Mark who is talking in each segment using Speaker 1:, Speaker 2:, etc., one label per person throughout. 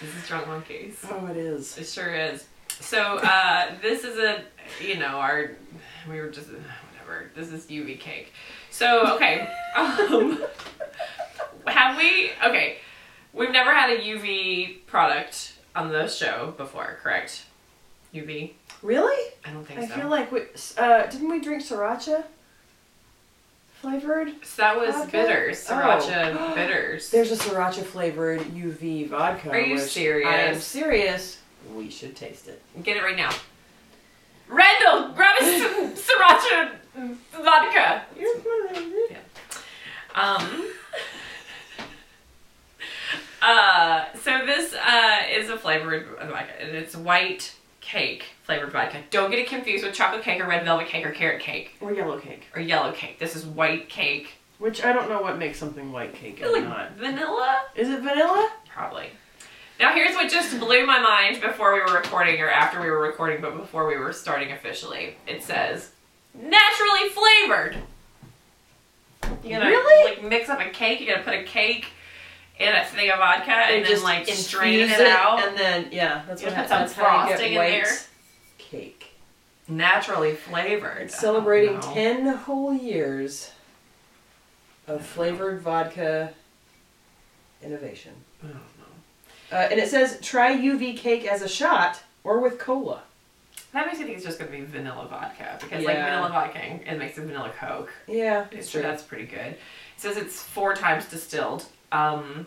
Speaker 1: This is drunk monkeys.
Speaker 2: Oh, it is.
Speaker 1: It sure is. So uh, this is a, you know, our we were just whatever. This is UV cake. So okay, um, have we? Okay, we've never had a UV product on the show before, correct? UV?
Speaker 2: Really?
Speaker 1: I don't think
Speaker 2: I
Speaker 1: so.
Speaker 2: feel like we uh, didn't we drink sriracha flavored?
Speaker 1: so that was
Speaker 2: Vodka?
Speaker 1: bitters, sriracha
Speaker 2: Oh.
Speaker 1: bitters.
Speaker 2: There's a sriracha flavored UV vodka.
Speaker 1: Are you
Speaker 2: which
Speaker 1: serious?
Speaker 2: I am serious. We should taste it.
Speaker 1: Get it right now. Randall, grab us some sriracha vodka. Yeah. Um. uh, so this uh, is a flavored vodka, and it's white cake flavored vodka. Don't get it confused with chocolate cake or red velvet cake or carrot cake
Speaker 2: Or yellow cake,
Speaker 1: or yellow cake. This is white cake.
Speaker 2: which I don't know what makes something white cake
Speaker 1: I feel
Speaker 2: or
Speaker 1: like
Speaker 2: not.
Speaker 1: vanilla,
Speaker 2: Is it vanilla?
Speaker 1: probably. Now here's what just blew my mind before we were recording, or after we were recording, but before we were starting officially. It says naturally flavored. You gotta
Speaker 2: Really?
Speaker 1: like mix up a cake. You gotta put a cake in a thing of vodka and
Speaker 2: They
Speaker 1: then like
Speaker 2: infuse
Speaker 1: strain it, out.
Speaker 2: and then yeah, that's
Speaker 1: You
Speaker 2: what
Speaker 1: put
Speaker 2: happens.
Speaker 1: some
Speaker 2: That's how you get
Speaker 1: frosting in
Speaker 2: white
Speaker 1: there.
Speaker 2: Cake.
Speaker 1: naturally flavored.
Speaker 2: It's celebrating
Speaker 1: Oh, no.
Speaker 2: ten whole years of flavored vodka innovation.
Speaker 1: I don't know.
Speaker 2: Uh, and it says try UV cake as a shot or with cola.
Speaker 1: That makes me think it's just gonna be vanilla vodka because like
Speaker 2: Yeah.
Speaker 1: vanilla vodka it makes a vanilla coke.
Speaker 2: Yeah,
Speaker 1: So that's pretty good. It says it's four times distilled. Um,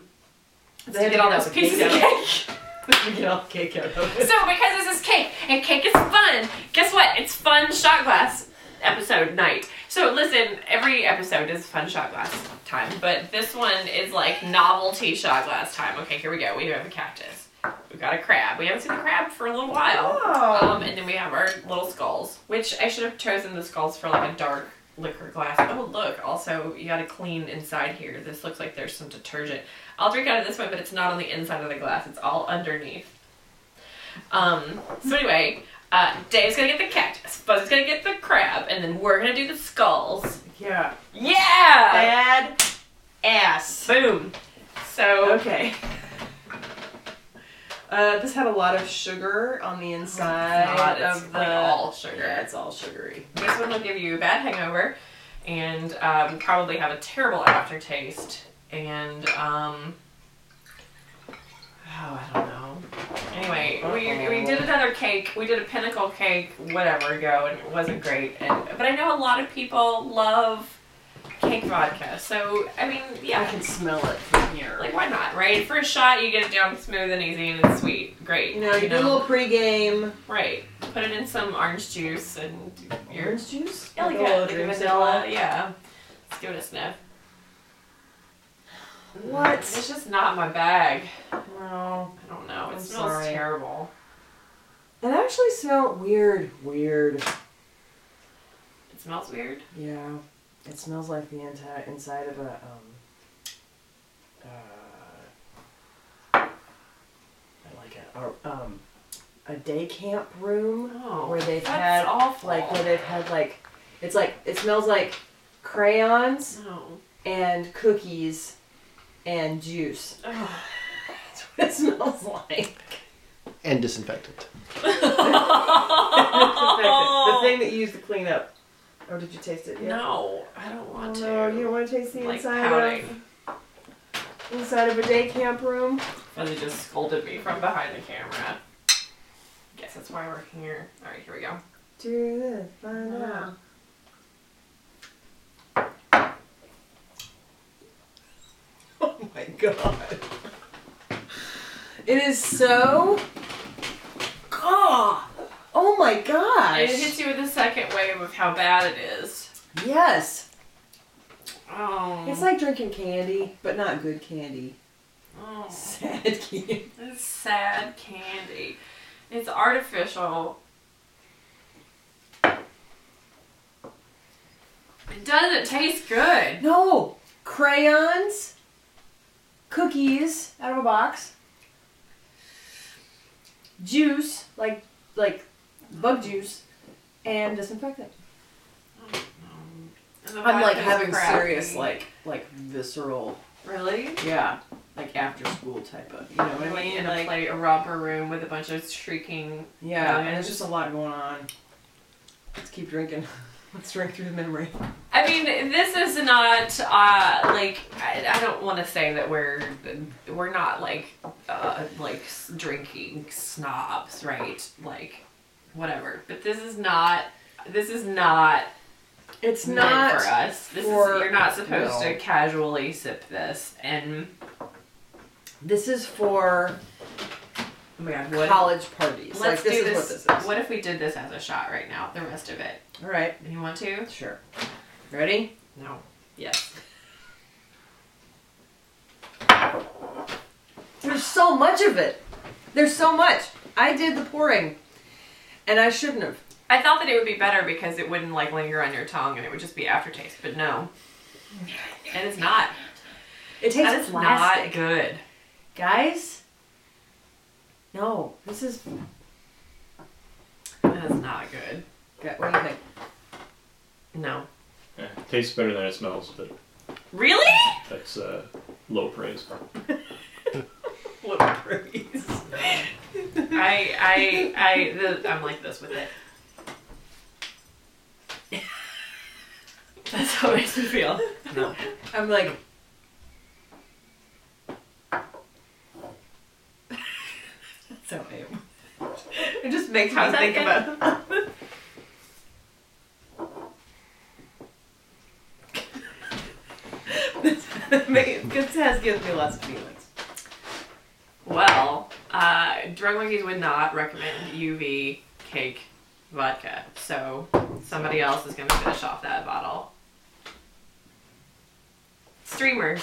Speaker 2: They
Speaker 1: so
Speaker 2: had
Speaker 1: get
Speaker 2: to
Speaker 1: all
Speaker 2: get
Speaker 1: those
Speaker 2: all the cake
Speaker 1: pieces of
Speaker 2: out.
Speaker 1: cake.
Speaker 2: you get all the cake out of it.
Speaker 1: So because this is cake and cake is fun, guess what? It's fun shot glass episode night. So listen, every episode is fun shot glass time, but this one is like novelty shot glass time. Okay, here we go. We have a cactus. We've got a crab. We haven't seen a crab for a little while.
Speaker 2: Oh.
Speaker 1: Um, and then we have our little skulls, which I should have chosen the skulls for like a dark liquor glass. Oh look, also you gotta clean inside here. This looks like there's some detergent. I'll drink out of this one, but it's not on the inside of the glass. It's all underneath. Um, so anyway, uh, Dave's gonna get the cactus, Buzz gonna get the crab, and then we're gonna do the skulls.
Speaker 2: Yeah.
Speaker 1: Yeah!
Speaker 2: Bad ass.
Speaker 1: Boom. So
Speaker 2: Okay. Uh, this had a lot of sugar on the inside
Speaker 1: not, it's
Speaker 2: of the.
Speaker 1: like all sugar.
Speaker 2: Yeah, it's all sugary.
Speaker 1: This one will give you a bad hangover and um, probably have a terrible aftertaste. And, um, oh, I don't know. Anyway, we, we did another cake. We did a pinnacle cake, whatever, ago, and it wasn't great. And, but I know a lot of people love cake vodka. So, I mean, yeah.
Speaker 2: I can smell it from here.
Speaker 1: like, why not, right? For a shot, you get it down smooth and easy and it's sweet. Great.
Speaker 2: you know, you do a little pregame.
Speaker 1: Right. Put it in some orange juice and you're
Speaker 2: Orange juice?
Speaker 1: Yeah, like,
Speaker 2: Like a little
Speaker 1: a, like a
Speaker 2: drink
Speaker 1: vanilla.
Speaker 2: salad?
Speaker 1: Yeah. Let's give it a sniff. It's
Speaker 2: What?
Speaker 1: just not my bag.
Speaker 2: No.
Speaker 1: I don't know. It
Speaker 2: I'm
Speaker 1: smells
Speaker 2: sorry.
Speaker 1: terrible.
Speaker 2: It actually smelled weird. Weird.
Speaker 1: It smells weird.
Speaker 2: Yeah. It smells like the entire inside of a um uh like a, a um a day camp room
Speaker 1: Oh,
Speaker 2: where they've
Speaker 1: that's
Speaker 2: had
Speaker 1: awful.
Speaker 2: like where they've had like it's like it smells like crayons
Speaker 1: no.
Speaker 2: and cookies and juice.
Speaker 1: Ugh.
Speaker 2: That's what it smells like.
Speaker 3: and disinfectant.
Speaker 2: the thing that you use to clean up. Oh, did you taste it? yet?
Speaker 1: No, I don't want to.
Speaker 2: No, you don't want to taste the
Speaker 1: like
Speaker 2: inside
Speaker 1: pouting.
Speaker 2: of inside of a day camp room.
Speaker 1: Fuzzy just scolded me from behind the camera. Guess that's why we're here. All right, here we go.
Speaker 2: Do this, find out. Oh my god! It is so. Oh, oh my
Speaker 1: It hits
Speaker 2: gosh!
Speaker 1: you with the second wave of how bad it is.
Speaker 2: Yes,
Speaker 1: Oh,
Speaker 2: it's like drinking candy, but not good candy.
Speaker 1: oh.
Speaker 2: Sad candy.
Speaker 1: It's sad candy. It's artificial. It doesn't taste good.
Speaker 2: No crayons, cookies out of a box, juice like like bug juice, and disinfectant.
Speaker 1: And the
Speaker 2: I'm like
Speaker 1: vodka's
Speaker 2: having
Speaker 1: crappy.
Speaker 2: serious like like visceral
Speaker 1: Really?
Speaker 2: yeah like after school type of, you know what I
Speaker 1: Like
Speaker 2: mean?
Speaker 1: in a
Speaker 2: Like,
Speaker 1: play, a romper room with a bunch of shrieking.
Speaker 2: yeah, and there's just a lot going on. Let's keep drinking. Let's drink through the memory.
Speaker 1: I mean, this is not uh, like I, I don't want to say that we're we're not like uh, like s- drinking snobs, right? Like whatever. But this is not this is not
Speaker 2: It's
Speaker 1: meant for us. This
Speaker 2: for-
Speaker 1: is you're not supposed
Speaker 2: no.
Speaker 1: to casually sip this. And
Speaker 2: This is for
Speaker 1: oh my god, what?
Speaker 2: college parties.
Speaker 1: Let's
Speaker 2: like
Speaker 1: do
Speaker 2: this is
Speaker 1: this.
Speaker 2: what this is.
Speaker 1: What if we did this as a shot right now? The rest of it.
Speaker 2: All right,
Speaker 1: You want to?
Speaker 2: sure. Ready?
Speaker 1: No. Yes.
Speaker 2: There's so much of it. There's so much. I did the pouring, and I shouldn't have.
Speaker 1: I thought that it would be better because it wouldn't like linger on your tongue and it would just be aftertaste, but no. It is not.
Speaker 2: It tastes
Speaker 1: That is
Speaker 2: plastic.
Speaker 1: not good.
Speaker 2: guys. No, this is.
Speaker 1: That is not good.
Speaker 2: What do you think?
Speaker 1: No.
Speaker 4: Yeah, it tastes better than it smells, but
Speaker 1: Really?
Speaker 4: that's uh, low praise.
Speaker 1: What praise. I I I the, I'm like this with it. That's how it makes me feel. No.
Speaker 2: I'm like.
Speaker 1: So I
Speaker 2: It just makes me
Speaker 1: How's
Speaker 2: think
Speaker 1: that
Speaker 2: about. Good says gives me lots of feelings.
Speaker 1: Well, uh, Drug Monkeys would not recommend UV cake vodka, so somebody else is going to finish off that bottle. Streamer,